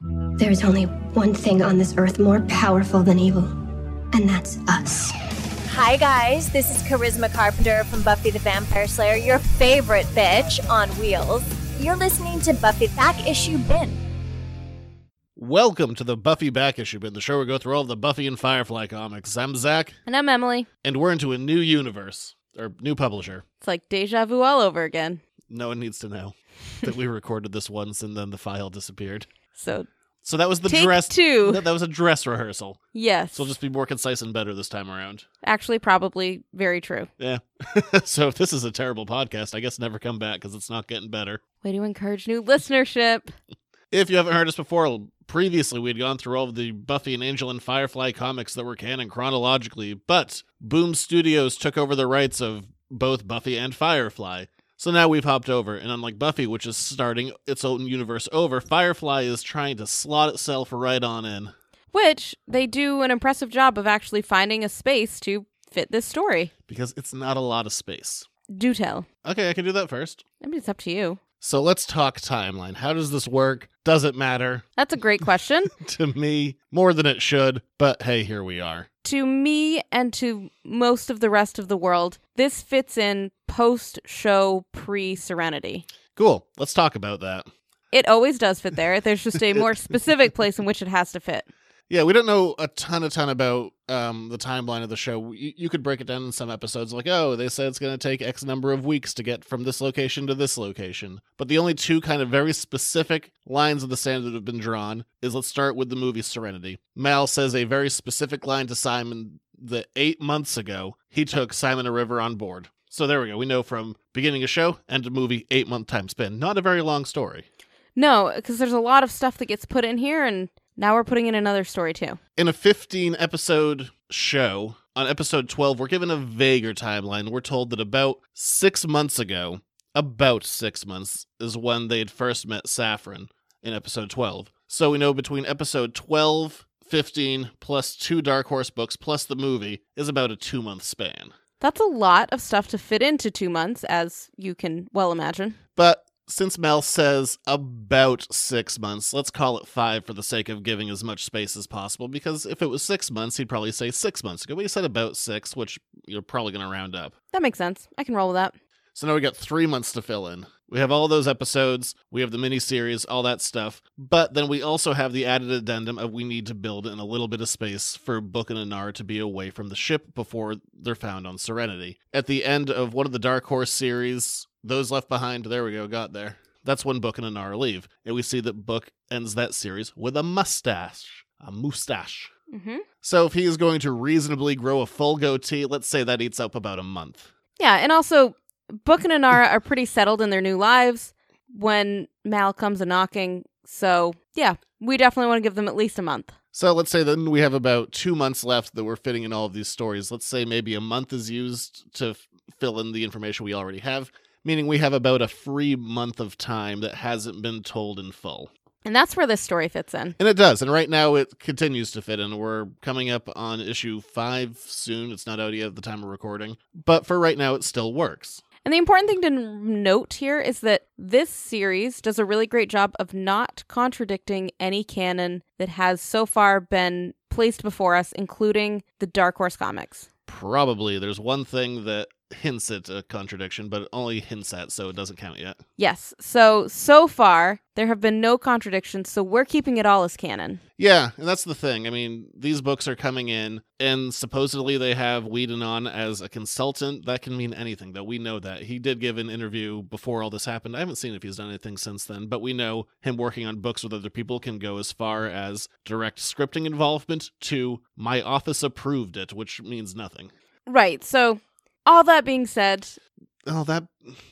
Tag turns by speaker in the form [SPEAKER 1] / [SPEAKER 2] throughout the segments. [SPEAKER 1] There is only one thing on this earth more powerful than evil, and that's us.
[SPEAKER 2] Hi, guys. This is Charisma Carpenter from Buffy the Vampire Slayer, your favorite bitch on wheels. You're listening to Buffy Back Issue Bin.
[SPEAKER 3] Welcome to the Buffy Back Issue Bin, the show where we go through all of the Buffy and Firefly comics. I'm Zach,
[SPEAKER 4] And I'm Emily.
[SPEAKER 3] and we're into a new universe, or new publisher.
[SPEAKER 4] It's like deja vu all over again.
[SPEAKER 3] No one needs to know that we recorded this once and then the file disappeared.
[SPEAKER 4] So
[SPEAKER 3] So that was the
[SPEAKER 4] take
[SPEAKER 3] dress.
[SPEAKER 4] two.
[SPEAKER 3] That, that was a dress rehearsal.
[SPEAKER 4] yes.
[SPEAKER 3] So we'll just be more concise and better this time around.
[SPEAKER 4] Actually, probably very true.
[SPEAKER 3] Yeah. so if this is a terrible podcast, I guess never come back because it's not getting better.
[SPEAKER 4] Way to encourage new listenership.
[SPEAKER 3] If you haven't heard us before, previously we'd gone through all of the Buffy and Angel and Firefly comics that were canon chronologically, but Boom Studios took over the rights of both Buffy and Firefly. So now we've hopped over, and unlike Buffy, which is starting its own universe over, Firefly is trying to slot itself right on in.
[SPEAKER 4] Which they do an impressive job of actually finding a space to fit this story.
[SPEAKER 3] Because it's not a lot of space.
[SPEAKER 4] Do tell.
[SPEAKER 3] Okay, I can do that first.
[SPEAKER 4] I mean, it's up to you.
[SPEAKER 3] So let's talk timeline. How does this work? Does it matter?
[SPEAKER 4] That's a great question.
[SPEAKER 3] to me more than it should, but hey, here we are.
[SPEAKER 4] to me and to most of the rest of the world, this fits in post show pre Serenity.
[SPEAKER 3] Cool. Let's talk about that.
[SPEAKER 4] It always does fit there. There's just a more specific place in which it has to fit.
[SPEAKER 3] Yeah, we don't know a ton, a ton about um, the timeline of the show. You, you could break it down in some episodes, like, oh, they said it's going to take X number of weeks to get from this location to this location. But the only two kind of very specific lines of the sand that have been drawn is let's start with the movie Serenity. Mal says a very specific line to Simon that eight months ago he took Simon a River on board. So there we go. We know from beginning of show, end of movie, eight month time span. Not a very long story.
[SPEAKER 4] No, because there's a lot of stuff that gets put in here, and now we're putting in another story too.
[SPEAKER 3] in a 15 episode show on episode 12 we're given a vaguer timeline we're told that about six months ago about six months is when they had first met saffron in episode 12 so we know between episode 12 15 plus two dark horse books plus the movie is about a two month span
[SPEAKER 4] That's a lot of stuff to fit into two months, as you can well imagine.
[SPEAKER 3] But since Mel says about six months, let's call it five for the sake of giving as much space as possible, because if it was six months, he'd probably say six months ago. But he said about six, which you're probably going to round up.
[SPEAKER 4] That makes sense. I can roll with that.
[SPEAKER 3] So now we got three months to fill in. We have all those episodes, we have the miniseries, all that stuff. But then we also have the added addendum of we need to build in a little bit of space for Book and Anar to be away from the ship before they're found on Serenity. At the end of one of the Dark Horse series, those left behind, there we go, got there. That's when Book and Anar leave. And we see that Book ends that series with a mustache. A mustache.
[SPEAKER 4] Mm-hmm.
[SPEAKER 3] So if he is going to reasonably grow a full goatee, let's say that eats up about a month.
[SPEAKER 4] Yeah, and also, Book and Anara are pretty settled in their new lives when Mal comes a knocking. So, yeah, we definitely want to give them at least a month.
[SPEAKER 3] So let's say then we have about two months left that we're fitting in all of these stories. Let's say maybe a month is used to f- fill in the information we already have, meaning we have about a free month of time that hasn't been told in full.
[SPEAKER 4] And that's where this story fits in.
[SPEAKER 3] And it does. And right now it continues to fit in. We're coming up on issue five soon. It's not out yet at the time of recording, but for right now it still works.
[SPEAKER 4] And the important thing to n- note here is that this series does a really great job of not contradicting any canon that has so far been placed before us, including the Dark Horse comics.
[SPEAKER 3] Probably there's one thing that hints at a contradiction, but it only hints at, so it doesn't count yet.
[SPEAKER 4] Yes, so, so far, there have been no contradictions, so we're keeping it all as canon.
[SPEAKER 3] Yeah, and that's the thing. I mean, these books are coming in, and supposedly they have Whedon on as a consultant. That can mean anything, though. We know that. He did give an interview before all this happened. I haven't seen if he's done anything since then, but we know him working on books with other people can go as far as direct scripting involvement to my office approved it, which means nothing.
[SPEAKER 4] Right, so, all that being said,
[SPEAKER 3] Oh, that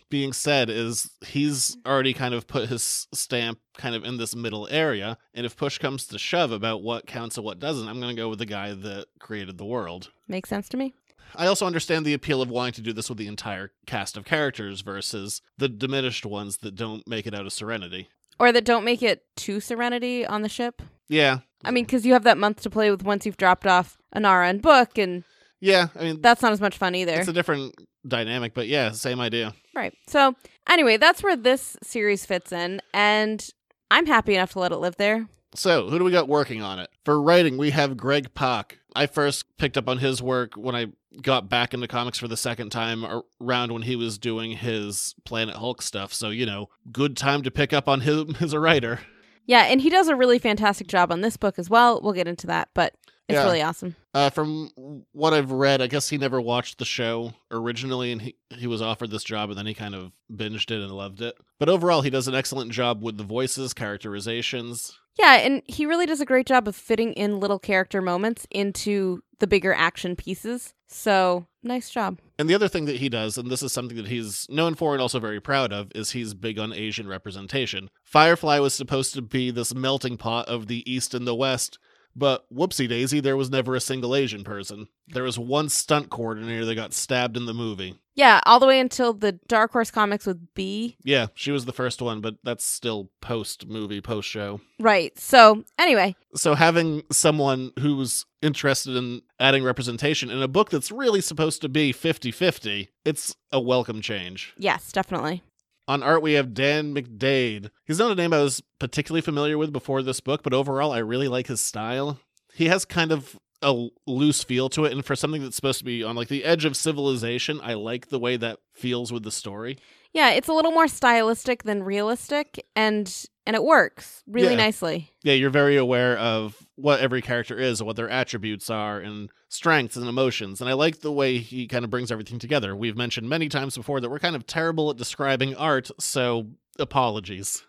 [SPEAKER 3] being said, is he's already kind of put his stamp kind of in this middle area, and if push comes to shove about what counts and what doesn't, I'm going to go with the guy that created the world.
[SPEAKER 4] makes sense to me.
[SPEAKER 3] I also understand the appeal of wanting to do this with the entire cast of characters versus the diminished ones that don't make it out of Serenity.
[SPEAKER 4] Or that don't make it to Serenity on the ship.
[SPEAKER 3] Yeah,
[SPEAKER 4] I mean, because you have that month to play with once you've dropped off Anara and Book, and
[SPEAKER 3] yeah. I mean,
[SPEAKER 4] that's not as much fun either.
[SPEAKER 3] it's a different dynamic, but yeah, same idea.
[SPEAKER 4] Right. So, anyway, that's where this series fits in, and I'm happy enough to let it live there.
[SPEAKER 3] So, who do we got working on it? For writing, we have Greg Pak. I first picked up on his work when I got back into comics for the second time around when he was doing his Planet Hulk stuff. So, you know, good time to pick up on him as a writer.
[SPEAKER 4] Yeah, and he does a really fantastic job on this book as well. We'll get into that, but it's
[SPEAKER 3] Yeah.
[SPEAKER 4] really awesome.
[SPEAKER 3] Uh, from what I've read, I guess he never watched the show originally, and he, he was offered this job, and then he kind of binged it and loved it. But overall, he does an excellent job with the voices, characterizations.
[SPEAKER 4] Yeah, and he really does a great job of fitting in little character moments into the bigger action pieces. So, nice job.
[SPEAKER 3] And the other thing that he does, and this is something that he's known for and also very proud of, is he's big on Asian representation. Firefly was supposed to be this melting pot of the East and the West, but whoopsie daisy, there was never a single Asian person. There was one stunt coordinator that got stabbed in the movie.
[SPEAKER 4] Yeah, all the way until the Dark Horse comics with B.
[SPEAKER 3] Yeah, she was the first one, but that's still post movie, post show.
[SPEAKER 4] Right. So, anyway,
[SPEAKER 3] So having someone who's interested in adding representation in a book that's really supposed to be 50 50, it's a welcome change.
[SPEAKER 4] yes, definitely.
[SPEAKER 3] On art, we have Dan McDade. He's not a name I was particularly familiar with before this book, but overall, I really like his style. He has kind of a l- loose feel to it, and for something that's supposed to be on like the edge of civilization, I like the way that feels with the story.
[SPEAKER 4] Yeah, it's a little more stylistic than realistic and and it works really
[SPEAKER 3] Yeah.
[SPEAKER 4] nicely.
[SPEAKER 3] Yeah, you're very aware of what every character is, and what their attributes are, and strengths and emotions. And I like the way he kind of brings everything together. We've mentioned many times before that we're kind of terrible at describing art, so apologies.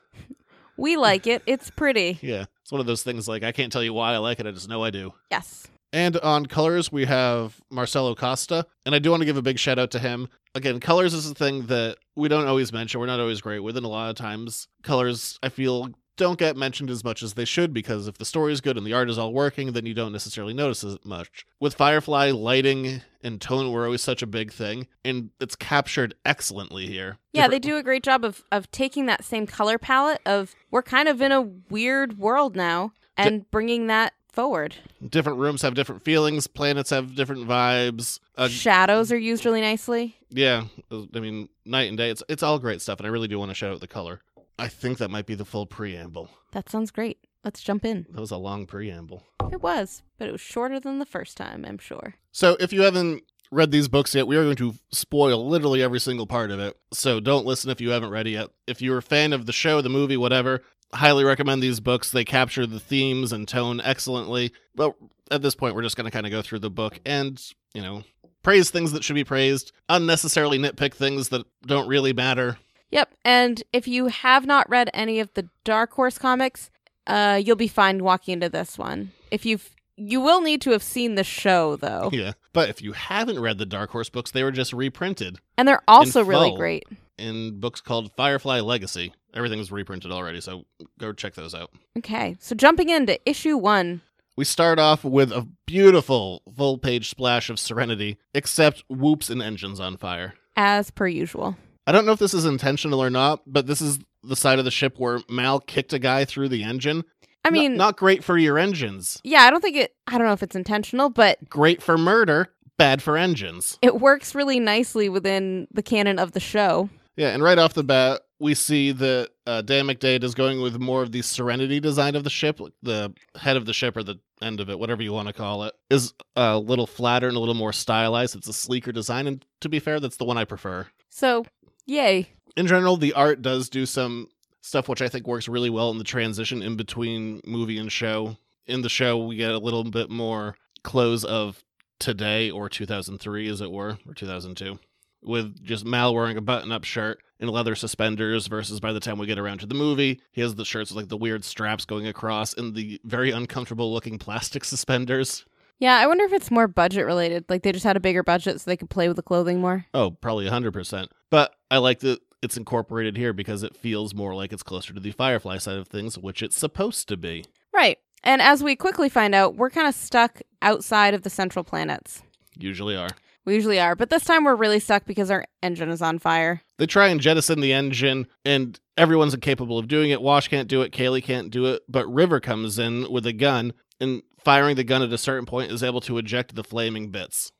[SPEAKER 4] We like it. It's pretty.
[SPEAKER 3] Yeah, it's one of those things like I can't tell you why I like it, I just know I do.
[SPEAKER 4] Yes.
[SPEAKER 3] And on colors, we have Marcelo Costa. And I do want to give a big shout out to him. Again, colors is a thing that we don't always mention. We're not always great with. And a lot of times, colors, I feel, don't get mentioned as much as they should because if the story is good and the art is all working, then you don't necessarily notice as much. With Firefly, lighting and tone were always such a big thing. And it's captured excellently here.
[SPEAKER 4] Yeah, they do a great job of of taking that same color palette of we're kind of in a weird world now and bringing that forward.
[SPEAKER 3] Different rooms have different feelings, planets have different vibes. Uh,
[SPEAKER 4] Shadows are used really nicely.
[SPEAKER 3] Yeah, I mean, night and day. It's it's all great stuff, and I really do want to shout out the color. I think that might be the full preamble.
[SPEAKER 4] That sounds great. Let's jump in.
[SPEAKER 3] That was a long preamble.
[SPEAKER 4] It was, but it was shorter than the first time, I'm sure.
[SPEAKER 3] So, if you haven't read these books yet, we are going to spoil literally every single part of it. So, don't listen if you haven't read it yet. If you're a fan of the show, the movie, whatever, highly recommend these books. They capture the themes and tone excellently. But at this point, we're just going to kind of go through the book and, you know, praise things that should be praised, unnecessarily nitpick things that don't really matter.
[SPEAKER 4] Yep. And if you have not read any of the Dark Horse comics, uh, you'll be fine walking into this one. If you've you will need to have seen the show though.
[SPEAKER 3] Yeah. But if you haven't read the Dark Horse books, they were just reprinted
[SPEAKER 4] And they're also really
[SPEAKER 3] full.
[SPEAKER 4] great.
[SPEAKER 3] in books called Firefly Legacy. Everything was reprinted already, so go check those out.
[SPEAKER 4] Okay. So jumping into issue one.
[SPEAKER 3] We start off with a beautiful full page splash of Serenity, except whoops and engines on fire.
[SPEAKER 4] As per usual.
[SPEAKER 3] I don't know if this is intentional or not, but this is the side of the ship where Mal kicked a guy through the engine.
[SPEAKER 4] I mean,
[SPEAKER 3] not great for your engines.
[SPEAKER 4] yeah, I don't think it, I don't know if it's intentional, but
[SPEAKER 3] Great for murder, bad for engines.
[SPEAKER 4] it works really nicely within the canon of the show.
[SPEAKER 3] Yeah, and right off the bat, we see that uh, Dan McDade is going with more of the Serenity design of the ship. like The head of the ship, or the end of it, whatever you want to call it, is a little flatter and a little more stylized. It's a sleeker design, and to be fair, that's the one I prefer.
[SPEAKER 4] So, yay.
[SPEAKER 3] In general, the art does do some stuff which I think works really well in the transition in between movie and show. In the show, we get a little bit more close of today or 2003, as it were, or 2002, with just Mal wearing a button up shirt and leather suspenders, versus by the time we get around to the movie, he has the shirts with like the weird straps going across and the very uncomfortable looking plastic suspenders.
[SPEAKER 4] Yeah, I wonder if it's more budget related. Like they just had a bigger budget so they could play with the clothing more.
[SPEAKER 3] Oh, probably 100%. But I like that it's incorporated here because it feels more like it's closer to the Firefly side of things, which it's supposed to be.
[SPEAKER 4] Right. And as we quickly find out, we're kind of stuck outside of the central planets.
[SPEAKER 3] Usually are.
[SPEAKER 4] We usually are, but this time we're really stuck because our engine is on fire.
[SPEAKER 3] They try and jettison the engine, and everyone's incapable of doing it. Wash can't do it. Kaylee can't do it. But River comes in with a gun, and firing the gun at a certain point is able to eject the flaming bits.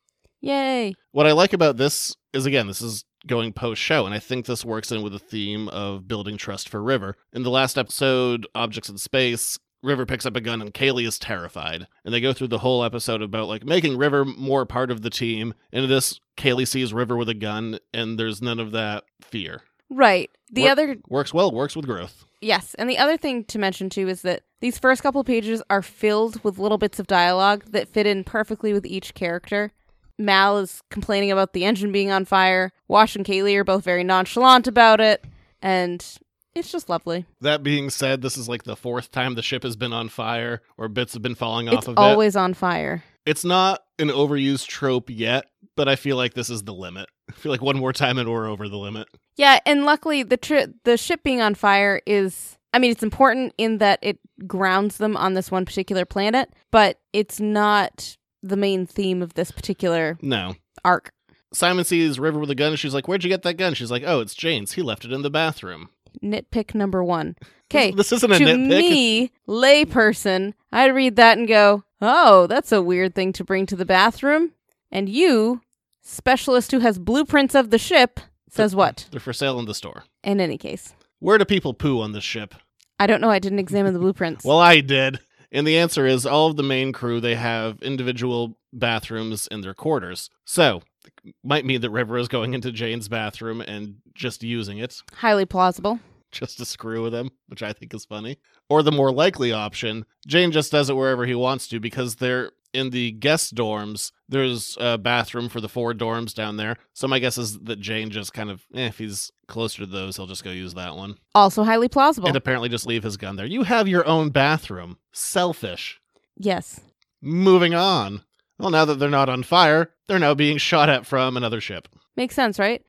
[SPEAKER 4] Yay.
[SPEAKER 3] What I like about this is again, this is going post show, and I think this works in with the theme of building trust for River. In the last episode, Objects in Space, River picks up a gun and Kaylee is terrified. And they go through the whole episode about like making River more part of the team. And in this, Kaylee sees River with a gun and there's none of that fear.
[SPEAKER 4] Right. The
[SPEAKER 3] Wor-
[SPEAKER 4] other
[SPEAKER 3] works well, works with growth.
[SPEAKER 4] Yes, and the other thing to mention too is that these first couple pages are filled with little bits of dialogue that fit in perfectly with each character. Mal is complaining about the engine being on fire. Wash and Kaylee are both very nonchalant about it, and it's just lovely.
[SPEAKER 3] That being said, this is like the fourth time the ship has been on fire or bits have been falling off
[SPEAKER 4] it's
[SPEAKER 3] of it.
[SPEAKER 4] always on fire.
[SPEAKER 3] It's not an overused trope yet, but I feel like this is the limit. I feel like one more time and we're over the limit.
[SPEAKER 4] Yeah, and luckily the tri- the ship being on fire is I mean it's important in that it grounds them on this one particular planet, but it's not the main theme of this particular
[SPEAKER 3] No.
[SPEAKER 4] arc.
[SPEAKER 3] Simon sees River with a gun and she's like, Where'd you get that gun? She's like, Oh, it's Jane's. He left it in the bathroom.
[SPEAKER 4] nitpick number one. Okay,
[SPEAKER 3] This isn't a
[SPEAKER 4] to
[SPEAKER 3] nitpick.
[SPEAKER 4] me, layperson, I read that and go, "Oh, that's a weird thing to bring to the bathroom." And you, specialist who has blueprints of the ship, says what?
[SPEAKER 3] They're for sale in the store.
[SPEAKER 4] In any case,
[SPEAKER 3] Where do people poo on this ship?
[SPEAKER 4] I don't know. I didn't examine the blueprints.
[SPEAKER 3] Well, I did. And the answer is all of the main crew, they have individual bathrooms in their quarters. So, might mean that River is going into Jane's bathroom and just using it,
[SPEAKER 4] Highly plausible.
[SPEAKER 3] just to screw with him, which I think is funny. Or the more likely option, Jane just does it wherever he wants to because they're in the guest dorms. There's a bathroom for the four dorms down there. So, my guess is that Jane just kind of, eh, if he's closer to those, he'll just go use that one.
[SPEAKER 4] Also highly plausible.
[SPEAKER 3] and apparently just leave his gun there. You have your own bathroom. Selfish.
[SPEAKER 4] yes.
[SPEAKER 3] Moving on. Well, now that they're not on fire, they're now being shot at from another ship.
[SPEAKER 4] Makes sense, right?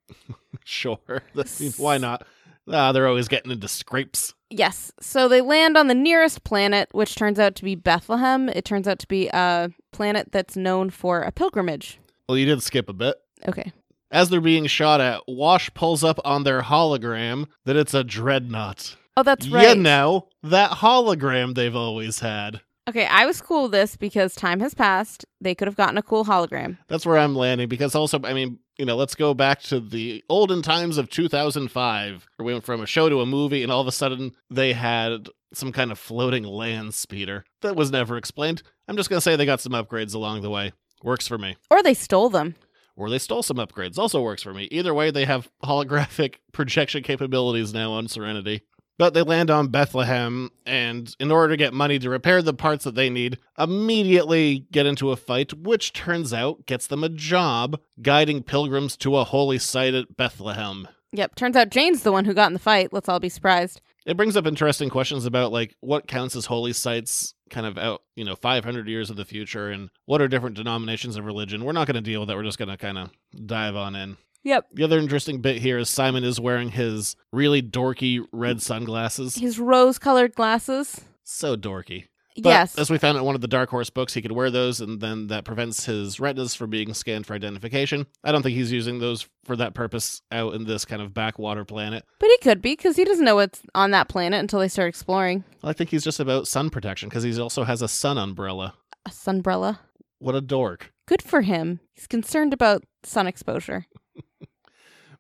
[SPEAKER 3] Sure. I mean, Why not? Ah, they're always getting into scrapes.
[SPEAKER 4] Yes. So they land on the nearest planet, which turns out to be Bethlehem. It turns out to be a planet that's known for a pilgrimage.
[SPEAKER 3] Well, you did skip a bit.
[SPEAKER 4] Okay.
[SPEAKER 3] As they're being shot at, Wash pulls up on their hologram that it's a dreadnought.
[SPEAKER 4] Oh, that's right.
[SPEAKER 3] You know, that hologram they've always had.
[SPEAKER 4] Okay, I was cool with this because time has passed. They could have gotten a cool hologram.
[SPEAKER 3] That's where I'm landing because also, I mean, you know, let's go back to the olden times of 2005. where We went from a show to a movie, and all of a sudden they had some kind of floating land speeder that was never explained. I'm just going to say they got some upgrades along the way. Works for me.
[SPEAKER 4] Or they stole them.
[SPEAKER 3] Or they stole some upgrades. Also works for me. Either way, they have holographic projection capabilities now on Serenity. But they land on Bethlehem, and in order to get money to repair the parts that they need, immediately get into a fight, which turns out gets them a job guiding pilgrims to a holy site at Bethlehem.
[SPEAKER 4] Yep, turns out Jane's the one who got in the fight. Let's all be surprised.
[SPEAKER 3] It brings up interesting questions about like what counts as holy sites kind of out, you know, 500 years of the future and what are different denominations of religion. We're not going to deal with that. We're just going to kind of dive on in.
[SPEAKER 4] Yep.
[SPEAKER 3] The other interesting bit here is Simon is wearing his really dorky red sunglasses.
[SPEAKER 4] His rose colored glasses.
[SPEAKER 3] So dorky. But
[SPEAKER 4] yes.
[SPEAKER 3] As we found in one of the Dark Horse books, he could wear those, and then that prevents his retinas from being scanned for identification. I don't think he's using those for that purpose out in this kind of backwater planet.
[SPEAKER 4] But he could be because he doesn't know what's on that planet until they start exploring.
[SPEAKER 3] I think he's just about sun protection because he also has a sun umbrella.
[SPEAKER 4] A sunbrella.
[SPEAKER 3] What a dork.
[SPEAKER 4] Good for him. He's concerned about sun exposure.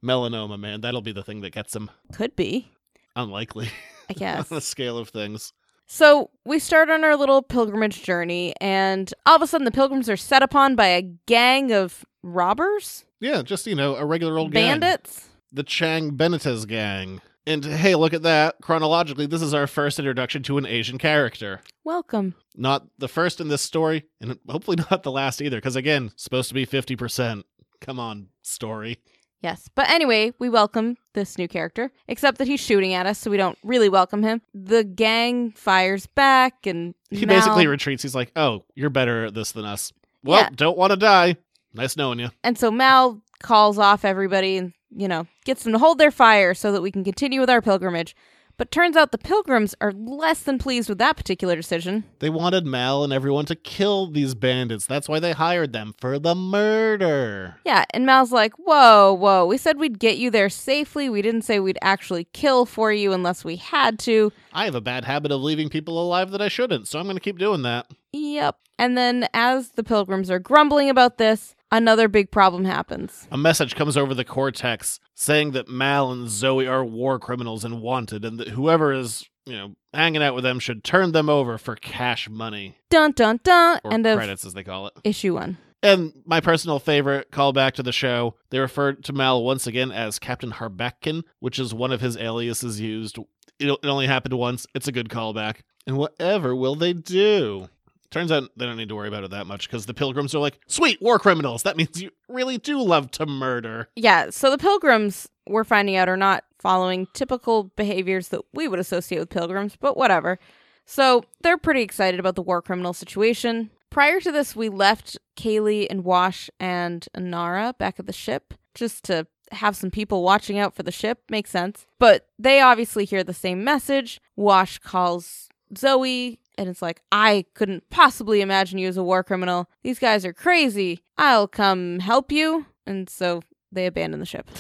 [SPEAKER 3] Melanoma, man. That'll be the thing that gets him.
[SPEAKER 4] Could be,
[SPEAKER 3] Unlikely
[SPEAKER 4] I guess.
[SPEAKER 3] on the scale of things.
[SPEAKER 4] So we start on our little pilgrimage journey, and all of a sudden the pilgrims are set upon by a gang of robbers,
[SPEAKER 3] Yeah, just, you know, a regular old gang.
[SPEAKER 4] bandits.
[SPEAKER 3] the Chang Benitez gang. And hey, look at that. Chronologically, this is our first introduction to an Asian character.
[SPEAKER 4] Welcome.
[SPEAKER 3] Not the first in this story, and hopefully not the last either, because again, supposed to be 50%. Come on, story.
[SPEAKER 4] Yes. But anyway, we welcome this new character, except that he's shooting at us, so we don't really welcome him. The gang fires back and
[SPEAKER 3] He
[SPEAKER 4] Mal-
[SPEAKER 3] basically retreats. He's like, oh, you're better at this than us. Well,
[SPEAKER 4] Yeah.
[SPEAKER 3] don't want to die. Nice knowing you.
[SPEAKER 4] and so Mal calls off everybody and, you know, gets them to hold their fire so that we can continue with our pilgrimage. But turns out the pilgrims are less than pleased with that particular decision.
[SPEAKER 3] They wanted Mal and everyone to kill these bandits. That's why they hired them for the murder.
[SPEAKER 4] Yeah, and Mal's like, "Whoa, whoa! We said we'd get you there safely. We didn't say we'd actually kill for you unless we had to."
[SPEAKER 3] I have a bad habit of leaving people alive that I shouldn't, so I'm going to keep doing that.
[SPEAKER 4] Yep. And then as the pilgrims are grumbling about this, another big problem happens.
[SPEAKER 3] A message comes over the cortex saying that Mal and Zoe are war criminals and wanted, and that whoever is, you know, hanging out with them should turn them over for cash money
[SPEAKER 4] Dun dun dun.
[SPEAKER 3] or
[SPEAKER 4] End of
[SPEAKER 3] credits, as they call it.
[SPEAKER 4] issue one.
[SPEAKER 3] And my personal favorite callback to the show, they referred to Mal once again as Captain Harbackin, which is one of his aliases used. It, it only happened once. It's a good callback. And whatever will they do? Turns out they don't need to worry about it that much because the pilgrims are like, sweet, war criminals. That means you really do love to murder.
[SPEAKER 4] Yeah, so the pilgrims we're finding out are not following typical behaviors that we would associate with pilgrims, but whatever. So they're pretty excited about the war criminal situation. Prior to this, we left Kaylee and Wash and Anara back at the ship just to have some people watching out for the ship. Makes sense. But they obviously hear the same message. Wash calls Zoe and it's like, I couldn't possibly imagine you as a war criminal. These guys are crazy. I'll come help you. And so they abandon the ship.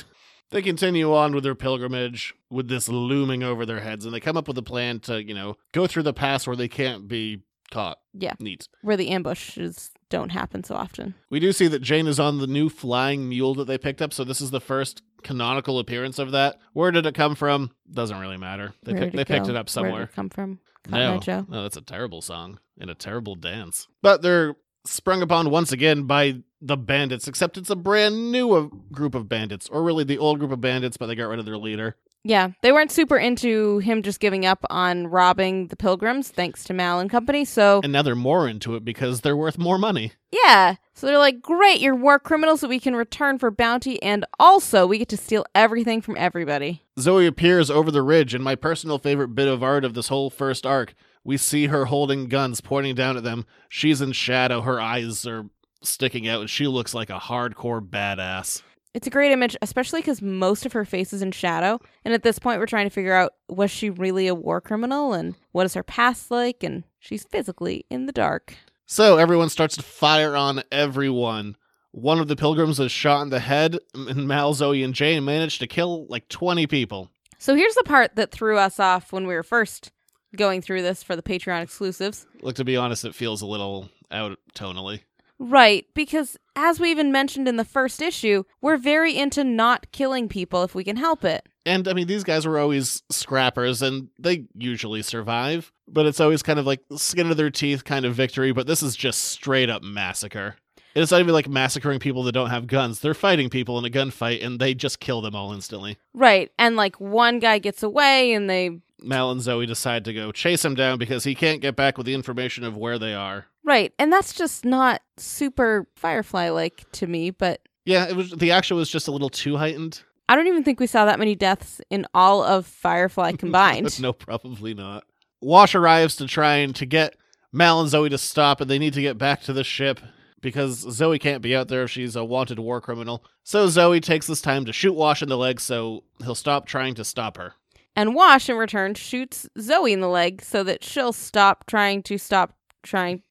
[SPEAKER 3] They continue on with their pilgrimage with this looming over their heads, and they come up with a plan to, you know, go through the pass where they can't be caught.
[SPEAKER 4] Yeah.
[SPEAKER 3] Neat.
[SPEAKER 4] Where the ambushes don't happen so often.
[SPEAKER 3] We do see that Jane is on the new flying mule that they picked up, so this is the first canonical appearance of that. Where did it come from? Doesn't really matter. They,
[SPEAKER 4] Where
[SPEAKER 3] pick,
[SPEAKER 4] did
[SPEAKER 3] they picked
[SPEAKER 4] go?
[SPEAKER 3] it up
[SPEAKER 4] Where did
[SPEAKER 3] somewhere.
[SPEAKER 4] it come from? Cotton Eye
[SPEAKER 3] No,
[SPEAKER 4] Joe?
[SPEAKER 3] no, that's a terrible song and a terrible dance. But they're sprung upon once again by the bandits, except it's a brand new uh, group of bandits, or really the old group of bandits, but they got rid of their leader.
[SPEAKER 4] Yeah, they weren't super into him just giving up on robbing the pilgrims, thanks to Mal and company. So,
[SPEAKER 3] And now they're more into it because they're worth more money.
[SPEAKER 4] yeah. So they're like, great, you're war criminals that we can return for bounty, and also we get to steal everything from everybody.
[SPEAKER 3] Zoe appears over the ridge, and my personal favorite bit of art of this whole first arc, we see her holding guns pointing down at them. She's in shadow, her eyes are sticking out, and she looks like a hardcore badass.
[SPEAKER 4] It's a great image, especially because most of her face is in shadow. And at this point, we're trying to figure out was she really a war criminal and what is her past like? And she's physically in the dark.
[SPEAKER 3] So everyone starts to fire on everyone. One of the pilgrims is shot in the head, and Mal, Zoe, and Jane manage to kill like 20 people.
[SPEAKER 4] So here's the part that threw us off when we were first going through this for the Patreon exclusives.
[SPEAKER 3] Look, to be honest, it feels a little out tonally.
[SPEAKER 4] Right, because as we even mentioned in the first issue, we're very into not killing people if we can help it.
[SPEAKER 3] And I mean, these guys were always scrappers and they usually survive, but it's always kind of like skin of their teeth kind of victory. But this is just straight up massacre. And It's not even like massacring people that don't have guns. They're fighting people in a gunfight and they just kill them all instantly.
[SPEAKER 4] Right, and like one guy gets away and they.
[SPEAKER 3] Mal and Zoe decide to go chase him down because he can't get back with the information of where they are.
[SPEAKER 4] Right, and that's just not super Firefly like to me, but
[SPEAKER 3] Yeah, it was the action was just a little too heightened.
[SPEAKER 4] I don't even think we saw that many deaths in all of Firefly combined.
[SPEAKER 3] no, probably not. Wash arrives to try and to get Mal and Zoe to stop, and they need to get back to the ship because Zoe can't be out there if she's a wanted war criminal. So Zoe takes this time to shoot Wash in the leg, so he'll stop trying to stop her.
[SPEAKER 4] And Wash, in return, shoots Zoe in the leg so that she'll stop trying to stop trying.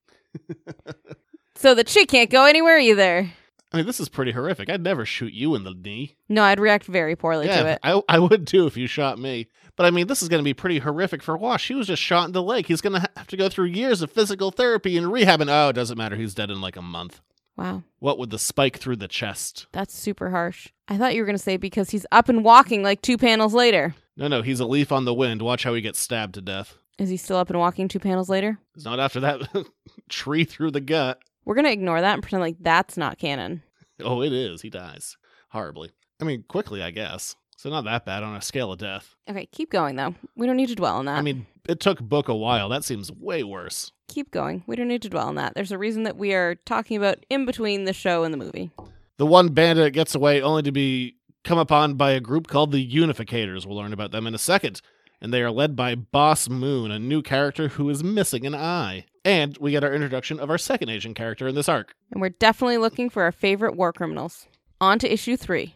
[SPEAKER 4] so that she can't go anywhere either.
[SPEAKER 3] I mean, this is pretty horrific. I'd never shoot you in the knee.
[SPEAKER 4] No, I'd react very poorly to
[SPEAKER 3] Yeah,
[SPEAKER 4] it.
[SPEAKER 3] I, I would too if you shot me. But I mean, this is going to be pretty horrific for Wash. He was just shot in the leg. He's going to have to go through years of physical therapy and rehab. And oh, it doesn't matter. He's dead in like a month.
[SPEAKER 4] Wow,
[SPEAKER 3] What with the spike through the chest?
[SPEAKER 4] that's super harsh. I thought you were going to say because he's up and walking like two panels later.
[SPEAKER 3] No, no, he's a leaf on the wind. Watch how he gets stabbed to death.
[SPEAKER 4] Is he still up and walking two panels later?
[SPEAKER 3] It's not after that tree through the gut.
[SPEAKER 4] We're going to ignore that and pretend like that's not canon.
[SPEAKER 3] Oh, it is. He dies horribly. I mean, quickly, I guess. So not that bad on a scale of death.
[SPEAKER 4] Okay, keep going though. We don't need to dwell on that.
[SPEAKER 3] I mean, it took Book a while. That seems way worse.
[SPEAKER 4] keep going. We don't need to dwell on that. There's a reason that we are talking about in between the show and the movie.
[SPEAKER 3] The one bandit gets away only to be come upon by a group called the Unificators. We'll learn about them in a second. And they are led by Boss Moon, a new character who is missing an eye. And we get our introduction of our second Asian character in this arc.
[SPEAKER 4] And we're definitely looking for our favorite war criminals. On to issue three.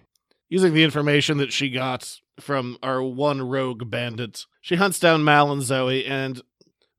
[SPEAKER 3] Using the information that she got from our one rogue bandit, she hunts down Mal and Zoe, and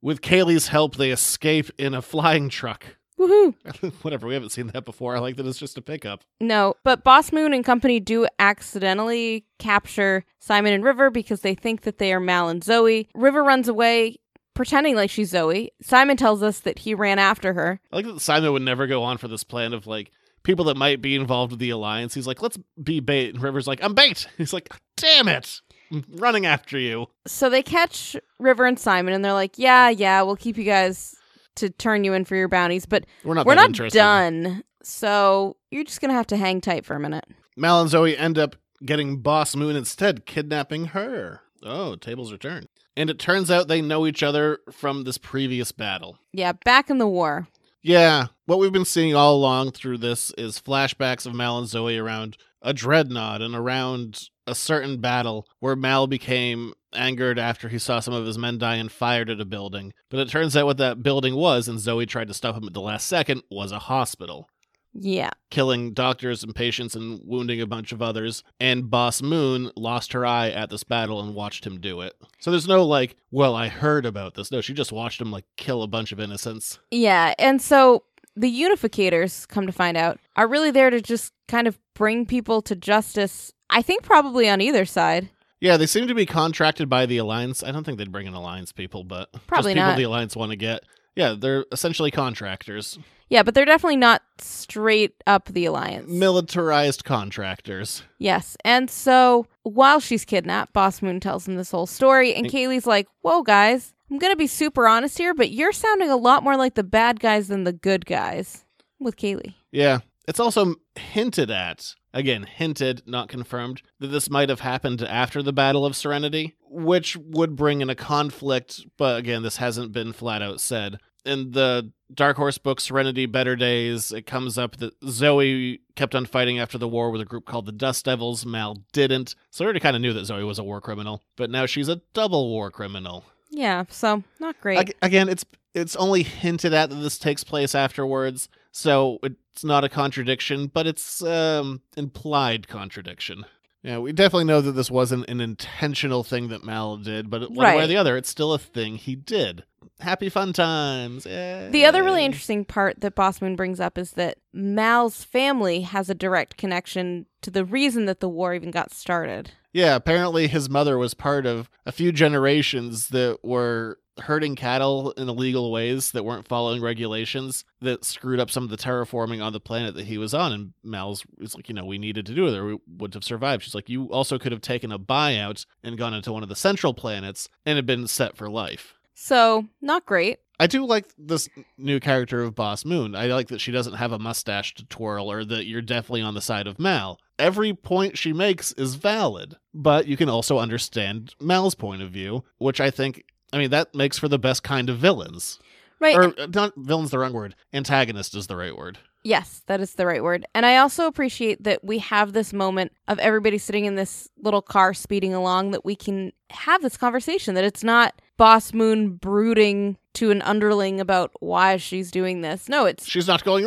[SPEAKER 3] with Kaylee's help, they escape in a flying truck.
[SPEAKER 4] Woohoo!
[SPEAKER 3] Whatever, we haven't seen that before. I like that it's just a pickup.
[SPEAKER 4] No, but Boss Moon and company do accidentally capture Simon and River because they think that they are Mal and Zoe. River runs away pretending like she's Zoe. Simon tells us that he ran after her.
[SPEAKER 3] I like that Simon would never go on for this plan of like, people that might be involved with the alliance. He's like, let's be bait. And River's like, I'm bait. He's like, damn it. I'm running after you.
[SPEAKER 4] So they catch River and Simon and they're like, yeah, yeah, we'll keep you guys to turn you in for your bounties, but
[SPEAKER 3] We're not
[SPEAKER 4] we're
[SPEAKER 3] that
[SPEAKER 4] not
[SPEAKER 3] interesting.
[SPEAKER 4] done. So you're just going to have to hang tight for a minute.
[SPEAKER 3] Mal and Zoe end up getting Boss Moon instead, kidnapping her. Oh, tables are turned. And it turns out they know each other from this previous battle.
[SPEAKER 4] Yeah, back in the war.
[SPEAKER 3] Yeah, what we've been seeing all along through this is flashbacks of Mal and Zoe around a dreadnought and around a certain battle where Mal became angered after he saw some of his men die and fired at a building. But it turns out what that building was, and Zoe tried to stop him at the last second, was a hospital
[SPEAKER 4] Yeah.
[SPEAKER 3] killing doctors and patients and wounding a bunch of others. And Boss Moon lost her eye at this battle and watched him do it. So there's no like, well, I heard about this. No, she just watched him like kill a bunch of innocents.
[SPEAKER 4] Yeah. And so the unificators, come to find out, are really there to just kind of bring people to justice, I think probably on either side.
[SPEAKER 3] Yeah, they seem to be contracted by the Alliance. I don't think they'd bring in Alliance people, but
[SPEAKER 4] Probably
[SPEAKER 3] just people
[SPEAKER 4] not.
[SPEAKER 3] the Alliance want to get. Yeah, they're essentially contractors,
[SPEAKER 4] Yeah, but they're definitely not straight up the alliance.
[SPEAKER 3] militarized contractors.
[SPEAKER 4] Yes. And so while she's kidnapped, Boss Moon tells them this whole story, and Kaylee's like, Whoa, guys, I'm going to be super honest here, but you're sounding a lot more like the bad guys than the good guys with Kaylee.
[SPEAKER 3] Yeah. It's also hinted at, again, hinted, not confirmed, that this might have happened after the Battle of Serenity, which would bring in a conflict, but again, this hasn't been flat out said. In the Dark Horse book, Serenity Better Days, it comes up that Zoe kept on fighting after the war with a group called the Dust Devils. Mal didn't. So I already kind of knew that Zoe was a war criminal, but now she's a double war criminal.
[SPEAKER 4] Yeah, so not great.
[SPEAKER 3] Ag- again, it's it's only hinted at that this takes place afterwards, so it's not a contradiction, but it's um implied contradiction. Yeah, we definitely know that this wasn't an intentional thing that Mal did, but one way or
[SPEAKER 4] Right.
[SPEAKER 3] the other, it's still a thing he did. Happy fun times. Yay.
[SPEAKER 4] The other really interesting part that Boss Moon brings up is that Mal's family has a direct connection to the reason that the war even got started.
[SPEAKER 3] Yeah, apparently his mother was part of a few generations that were herding cattle in illegal ways that weren't following regulations that screwed up some of the terraforming on the planet that he was on. And Mal's was like, you know, we needed to do it or we wouldn't have survived. She's like, you also could have taken a buyout and gone into one of the central planets and had been set for life.
[SPEAKER 4] So, not great.
[SPEAKER 3] I do like this new character of Boss Moon. I like that she doesn't have a mustache to twirl or that you're definitely on the side of Mal. Every point she makes is valid, but you can also understand Mal's point of view, which I think, I mean, that makes for the best kind of villains.
[SPEAKER 4] Right.
[SPEAKER 3] Or uh, not villains, the wrong word. Antagonist is the right word.
[SPEAKER 4] Yes, that is the right word. And I also appreciate that we have this moment of everybody sitting in this little car speeding along that we can have this conversation, that it's not Boss Moon brooding to an underling about why she's doing this. No, it's,
[SPEAKER 3] She's not going,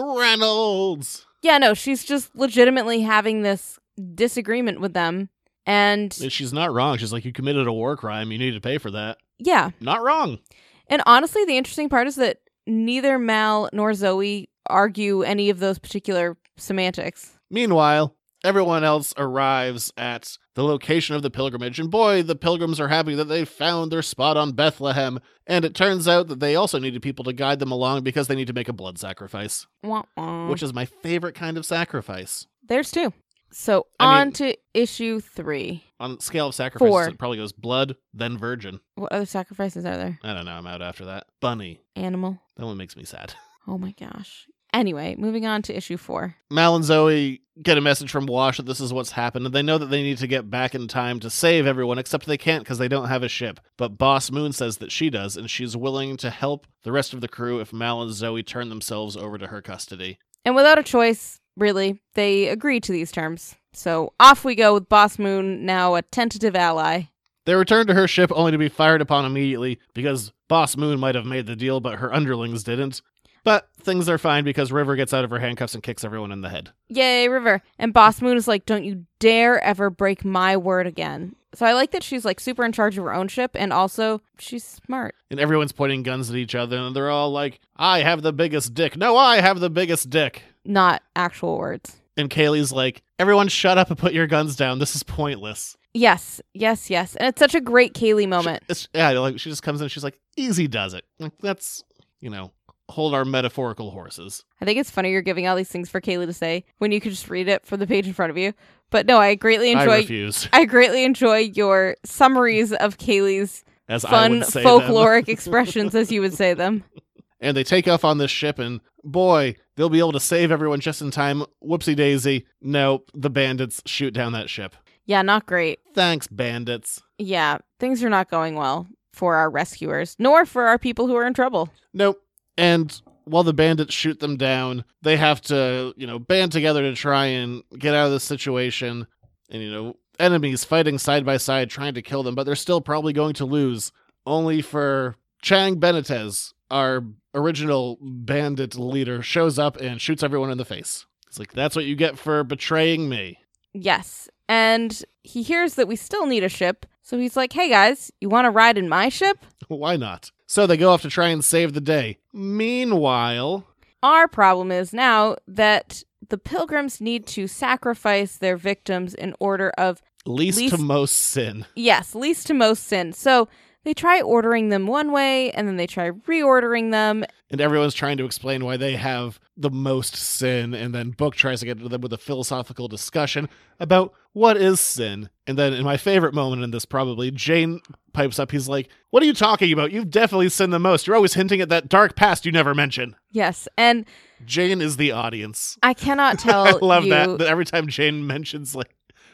[SPEAKER 3] Reynolds!
[SPEAKER 4] yeah, no, she's just legitimately having this disagreement with them. And
[SPEAKER 3] And She's not wrong. She's like, you committed a war crime. You need to pay for that.
[SPEAKER 4] yeah,
[SPEAKER 3] Not wrong.
[SPEAKER 4] and honestly, the interesting part is that neither Mal nor Zoe argue any of those particular semantics.
[SPEAKER 3] Meanwhile, everyone else arrives at the location of the pilgrimage, and boy, the pilgrims are happy that they found their spot on Bethlehem. And it turns out that they also needed people to guide them along because they need to make a blood sacrifice,
[SPEAKER 4] Wah, wah.
[SPEAKER 3] which is my favorite kind of sacrifice.
[SPEAKER 4] There's two. So
[SPEAKER 3] I
[SPEAKER 4] on
[SPEAKER 3] mean-
[SPEAKER 4] to issue three.
[SPEAKER 3] On the scale of sacrifices,
[SPEAKER 4] Four.
[SPEAKER 3] it probably goes blood, then virgin.
[SPEAKER 4] What other sacrifices are there?
[SPEAKER 3] I don't know, I'm out after that. Bunny.
[SPEAKER 4] Animal.
[SPEAKER 3] That one makes me sad.
[SPEAKER 4] Oh my gosh. Anyway, moving on to issue four.
[SPEAKER 3] Mal and Zoe get a message from Wash that this is what's happened, and they know that they need to get back in time to save everyone, except they can't because they don't have a ship. But Boss Moon says that she does, and she's willing to help the rest of the crew if Mal and Zoe turn themselves over to her custody.
[SPEAKER 4] And without a choice, really, they agree to these terms. So off we go with Boss Moon, now a tentative ally.
[SPEAKER 3] They return to her ship only to be fired upon immediately because Boss Moon might have made the deal, but her underlings didn't. But things are fine because River gets out of her handcuffs and kicks everyone in the head.
[SPEAKER 4] Yay, River. And Boss Moon is like, don't you dare ever break my word again. So I like that she's like super in charge of her own ship and also she's smart.
[SPEAKER 3] And everyone's pointing guns at each other, and they're all like, I have the biggest dick. No, I have the biggest dick.
[SPEAKER 4] Not actual words.
[SPEAKER 3] And Kaylee's like, everyone shut up and put your guns down. This is pointless.
[SPEAKER 4] Yes, yes, yes. And it's such a great Kaylee moment.
[SPEAKER 3] It's, yeah, like she just comes in. She's like, easy does it. Like that's you know hold our metaphorical horses.
[SPEAKER 4] I think it's funny you're giving all these things for Kaylee to say when you could just read it from the page in front of you. But no, I greatly
[SPEAKER 3] I
[SPEAKER 4] enjoy
[SPEAKER 3] refuse,
[SPEAKER 4] I greatly enjoy your summaries of Kaylee's
[SPEAKER 3] as I
[SPEAKER 4] fun
[SPEAKER 3] would say them.
[SPEAKER 4] folkloric expressions, as you would say them.
[SPEAKER 3] and they take off on this ship and boy they'll be able to save everyone just in time whoopsie daisy nope the bandits shoot down that ship
[SPEAKER 4] Yeah, not great.
[SPEAKER 3] thanks bandits
[SPEAKER 4] Yeah, things are not going well for our rescuers, nor for our people who are in trouble.
[SPEAKER 3] nope and while the bandits shoot them down they have to you know band together to try and get out of this situation and you know enemies fighting side by side trying to kill them but they're still probably going to lose only for chang benitez our original bandit leader shows up and shoots everyone in the face it's like that's what you get for betraying me
[SPEAKER 4] Yes. And he hears that we still need a ship. So he's like, hey guys, you want to ride in my ship?
[SPEAKER 3] Why not? So they go off to try and save the day. Meanwhile,
[SPEAKER 4] Our problem is now that the pilgrims need to sacrifice their victims in order of,
[SPEAKER 3] least,
[SPEAKER 4] Least-
[SPEAKER 3] to most sin.
[SPEAKER 4] yes, least to most sin. So they try ordering them one way and then they try reordering them.
[SPEAKER 3] And everyone's trying to explain why they have the most sin. And then Book tries to get to them with a philosophical discussion about what is sin. And then, in my favorite moment in this, probably, Jane pipes up. He's like, What are you talking about? You've definitely sinned the most. You're always hinting at that dark past you never mention.
[SPEAKER 4] Yes. And
[SPEAKER 3] Jane is the audience.
[SPEAKER 4] I cannot tell
[SPEAKER 3] I love
[SPEAKER 4] you
[SPEAKER 3] that. That every time Jane mentions like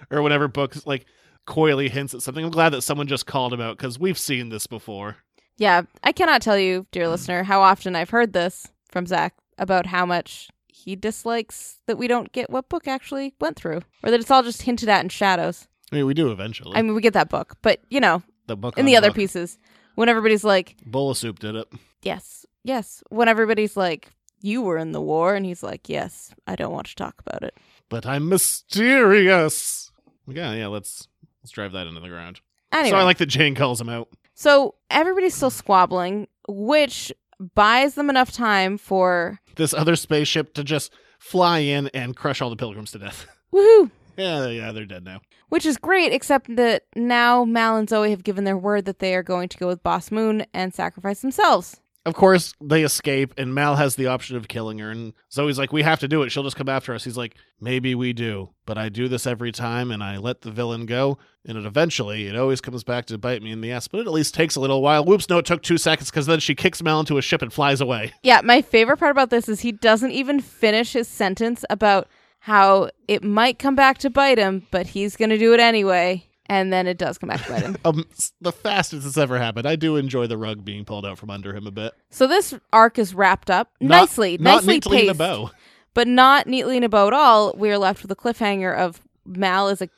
[SPEAKER 3] or whatever books like coyly hints at something. I'm glad that someone just called him out because we've seen this before.
[SPEAKER 4] Yeah, I cannot tell you, dear listener, how often I've heard this from Zach about how much he dislikes that we don't get what book actually went through, or that it's all just hinted at in shadows.
[SPEAKER 3] I mean, we do eventually.
[SPEAKER 4] I mean, we get that book, but you know,
[SPEAKER 3] the book
[SPEAKER 4] in
[SPEAKER 3] on
[SPEAKER 4] the other
[SPEAKER 3] book.
[SPEAKER 4] pieces, when everybody's like,
[SPEAKER 3] bowl of soup did it.
[SPEAKER 4] yes, yes, when everybody's like, you were in the war, and he's like, yes, I don't want to talk about it.
[SPEAKER 3] But I'm mysterious. Yeah, yeah. Let's let's drive that into the ground.
[SPEAKER 4] Anyway,
[SPEAKER 3] So I like that Jane calls him out.
[SPEAKER 4] so everybody's still squabbling, which buys them enough time for
[SPEAKER 3] This other spaceship to just fly in and crush all the pilgrims to death.
[SPEAKER 4] woohoo.
[SPEAKER 3] yeah, they- yeah, they're dead now.
[SPEAKER 4] Which is great, except that now Mal and Zoe have given their word that they are going to go with Boss Moon and sacrifice themselves.
[SPEAKER 3] Of course, they escape, and Mal has the option of killing her. And Zoe's like, We have to do it. She'll just come after us. He's like, Maybe we do, but I do this every time, and I let the villain go. And it eventually, it always comes back to bite me in the ass, but it at least takes a little while. Whoops, no, it took two seconds because then she kicks Mal into a ship and flies away.
[SPEAKER 4] Yeah, my favorite part about this is he doesn't even finish his sentence about how it might come back to bite him, but he's going to do it anyway. And then it does come back to bite him.
[SPEAKER 3] Um, s- the fastest it's ever happened. I do enjoy the rug being pulled out from under him a bit.
[SPEAKER 4] so this arc is wrapped up
[SPEAKER 3] Not-
[SPEAKER 4] nicely,
[SPEAKER 3] not
[SPEAKER 4] nicely
[SPEAKER 3] neatly
[SPEAKER 4] paced,
[SPEAKER 3] in a bow.
[SPEAKER 4] but not neatly in a bow at all. We are left with a cliffhanger of Mal is a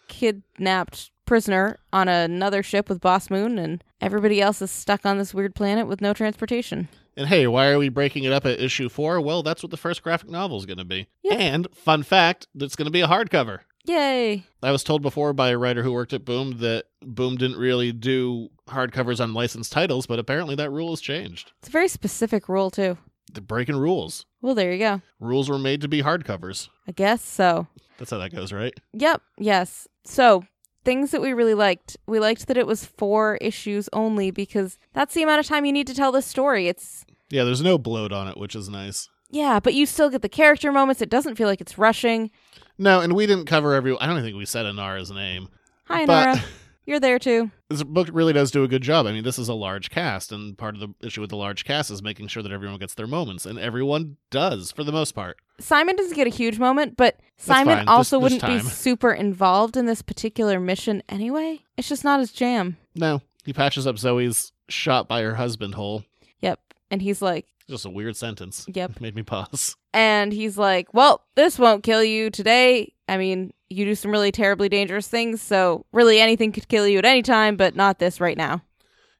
[SPEAKER 4] kidnapped prisoner on another ship with Boss Moon, and everybody else is stuck on this weird planet with no transportation.
[SPEAKER 3] And hey, why are we breaking it up at issue four? Well, that's what the first graphic novel is going to be.
[SPEAKER 4] Yeah.
[SPEAKER 3] And fun fact, it's going to be a hardcover.
[SPEAKER 4] Yay!
[SPEAKER 3] I was told before by a writer who worked at Boom that Boom didn't really do hardcovers on licensed titles, but apparently that rule has changed.
[SPEAKER 4] It's a very specific rule too.
[SPEAKER 3] They're breaking rules.
[SPEAKER 4] Well, there you go.
[SPEAKER 3] Rules were made to be hardcovers.
[SPEAKER 4] I guess so.
[SPEAKER 3] That's how that goes, right?
[SPEAKER 4] Yep. Yes. So things that we really liked. We liked that it was four issues only because that's the amount of time you need to tell this story. It's
[SPEAKER 3] Yeah, there's no bloat on it, which is nice.
[SPEAKER 4] yeah, but you still get the character moments. It doesn't feel like it's rushing.
[SPEAKER 3] No, and we didn't cover every. I don't think we said Anara's name.
[SPEAKER 4] Hi,
[SPEAKER 3] But-
[SPEAKER 4] Nora. You're there too.
[SPEAKER 3] This book really does do a good job. I mean, this is a large cast, and part of the issue with the large cast is making sure that everyone gets their moments, and everyone does for the most part.
[SPEAKER 4] Simon doesn't get a huge moment, but Simon
[SPEAKER 3] fine. Just-
[SPEAKER 4] also
[SPEAKER 3] just
[SPEAKER 4] wouldn't
[SPEAKER 3] time.
[SPEAKER 4] be super involved in this particular mission anyway. It's just not his jam.
[SPEAKER 3] No, he patches up Zoe's shot by her husband hole.
[SPEAKER 4] Yep. And he's like,
[SPEAKER 3] Just a weird sentence.
[SPEAKER 4] yep.
[SPEAKER 3] Made me pause.
[SPEAKER 4] And he's like, well, this won't kill you today. I mean, you do some really terribly dangerous things, so really anything could kill you at any time, but not this right now.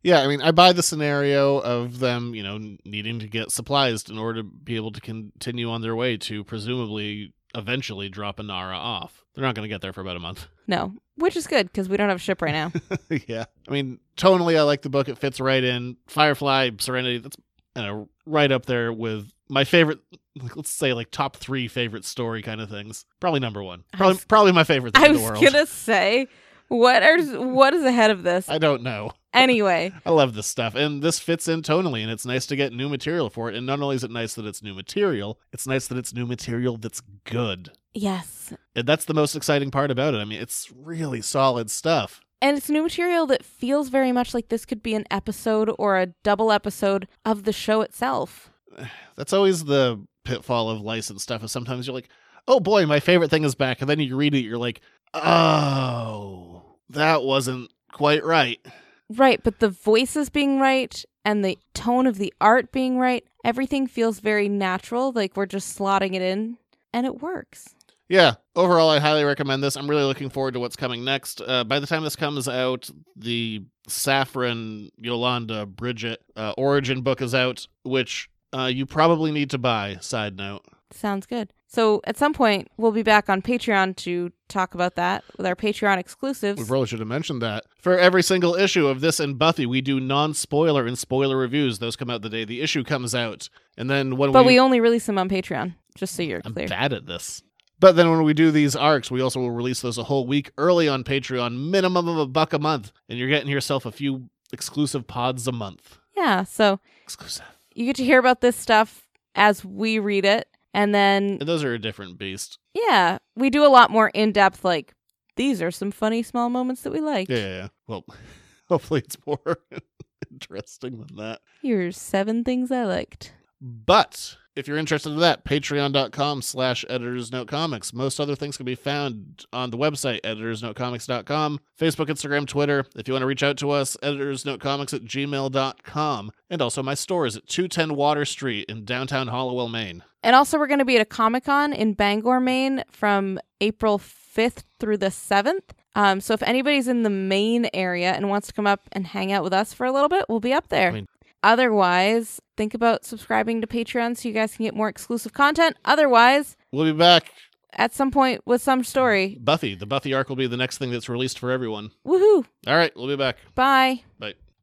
[SPEAKER 3] Yeah, I mean, I buy the scenario of them, you know, needing to get supplies in order to be able to continue on their way to presumably eventually drop Anara off. They're not going to get there for about a month.
[SPEAKER 4] No, which is good because we don't have a ship right now.
[SPEAKER 3] yeah. I mean, tonally, I like the book. It fits right in. Firefly, Serenity, that's you know, right up there with my favorite, like, let's say, like top three favorite story kind of things. Probably number one.
[SPEAKER 4] I
[SPEAKER 3] Probably,
[SPEAKER 4] was-
[SPEAKER 3] probably my favorite thing
[SPEAKER 4] I
[SPEAKER 3] in
[SPEAKER 4] was
[SPEAKER 3] the world.
[SPEAKER 4] going to say, What are what is ahead of this?
[SPEAKER 3] I don't know.
[SPEAKER 4] Anyway,
[SPEAKER 3] I love this stuff. And this fits in tonally, and it's nice to get new material for it. And not only is it nice that it's new material, it's nice that it's new material that's good.
[SPEAKER 4] yes.
[SPEAKER 3] And that's the most exciting part about it. I mean, it's really solid stuff.
[SPEAKER 4] And it's new material that feels very much like this could be an episode or a double episode of the show itself.
[SPEAKER 3] That's always the pitfall of licensed stuff is sometimes you're like, oh boy, my favorite thing is back. And then you read it, you're like, oh, that wasn't quite right.
[SPEAKER 4] Right, but the voices being right and the tone of the art being right, everything feels very natural, like we're just slotting it in and it works.
[SPEAKER 3] Yeah, overall, I highly recommend this. I'm really looking forward to what's coming next. Uh, by the time this comes out, the Saffron Yolanda Bridget uh, origin book is out, which uh, you probably need to buy. Side note.
[SPEAKER 4] Sounds good. So at some point we'll be back on Patreon to talk about that with our Patreon exclusives.
[SPEAKER 3] We probably should have mentioned that. For every single issue of this and Buffy, we do non spoiler and spoiler reviews. Those come out the day the issue comes out. And then when
[SPEAKER 4] but
[SPEAKER 3] we.
[SPEAKER 4] we only release them on Patreon, just so you're
[SPEAKER 3] I'm
[SPEAKER 4] clear.
[SPEAKER 3] bad at this. But then when we do these arcs, we also will release those a whole week early on Patreon, minimum of a buck a month. And you're getting yourself a few exclusive pods a month.
[SPEAKER 4] Yeah, so
[SPEAKER 3] Exclusive.
[SPEAKER 4] you get to hear about this stuff as we read it and then
[SPEAKER 3] And those are a different beast.
[SPEAKER 4] yeah, we do a lot more in-depth like these are some funny small moments that we like.
[SPEAKER 3] Yeah, yeah, yeah. Well, hopefully it's more interesting than that.
[SPEAKER 4] Here's seven things I liked.
[SPEAKER 3] But if you're interested in that, patreon.com slash editors note comics. Most other things can be found on the website, editorsnotecomics.com, Facebook, Instagram, Twitter. If you want to reach out to us, editorsnotecomics at gmail.com. And also my store is at 210 Water Street in downtown Hollowell, Maine.
[SPEAKER 4] And also, we're going to be at a Comic Con in Bangor, Maine from April 5th through the 7th. Um, so if anybody's in the Maine area and wants to come up and hang out with us for a little bit, we'll be up there.
[SPEAKER 3] I mean-
[SPEAKER 4] Otherwise, think about subscribing to Patreon so you guys can get more exclusive content. Otherwise,
[SPEAKER 3] We'll be back.
[SPEAKER 4] at some point with some story.
[SPEAKER 3] Buffy. The Buffy arc will be the next thing that's released for everyone.
[SPEAKER 4] Woohoo!
[SPEAKER 3] All right, we'll be back.
[SPEAKER 4] Bye.
[SPEAKER 3] Bye.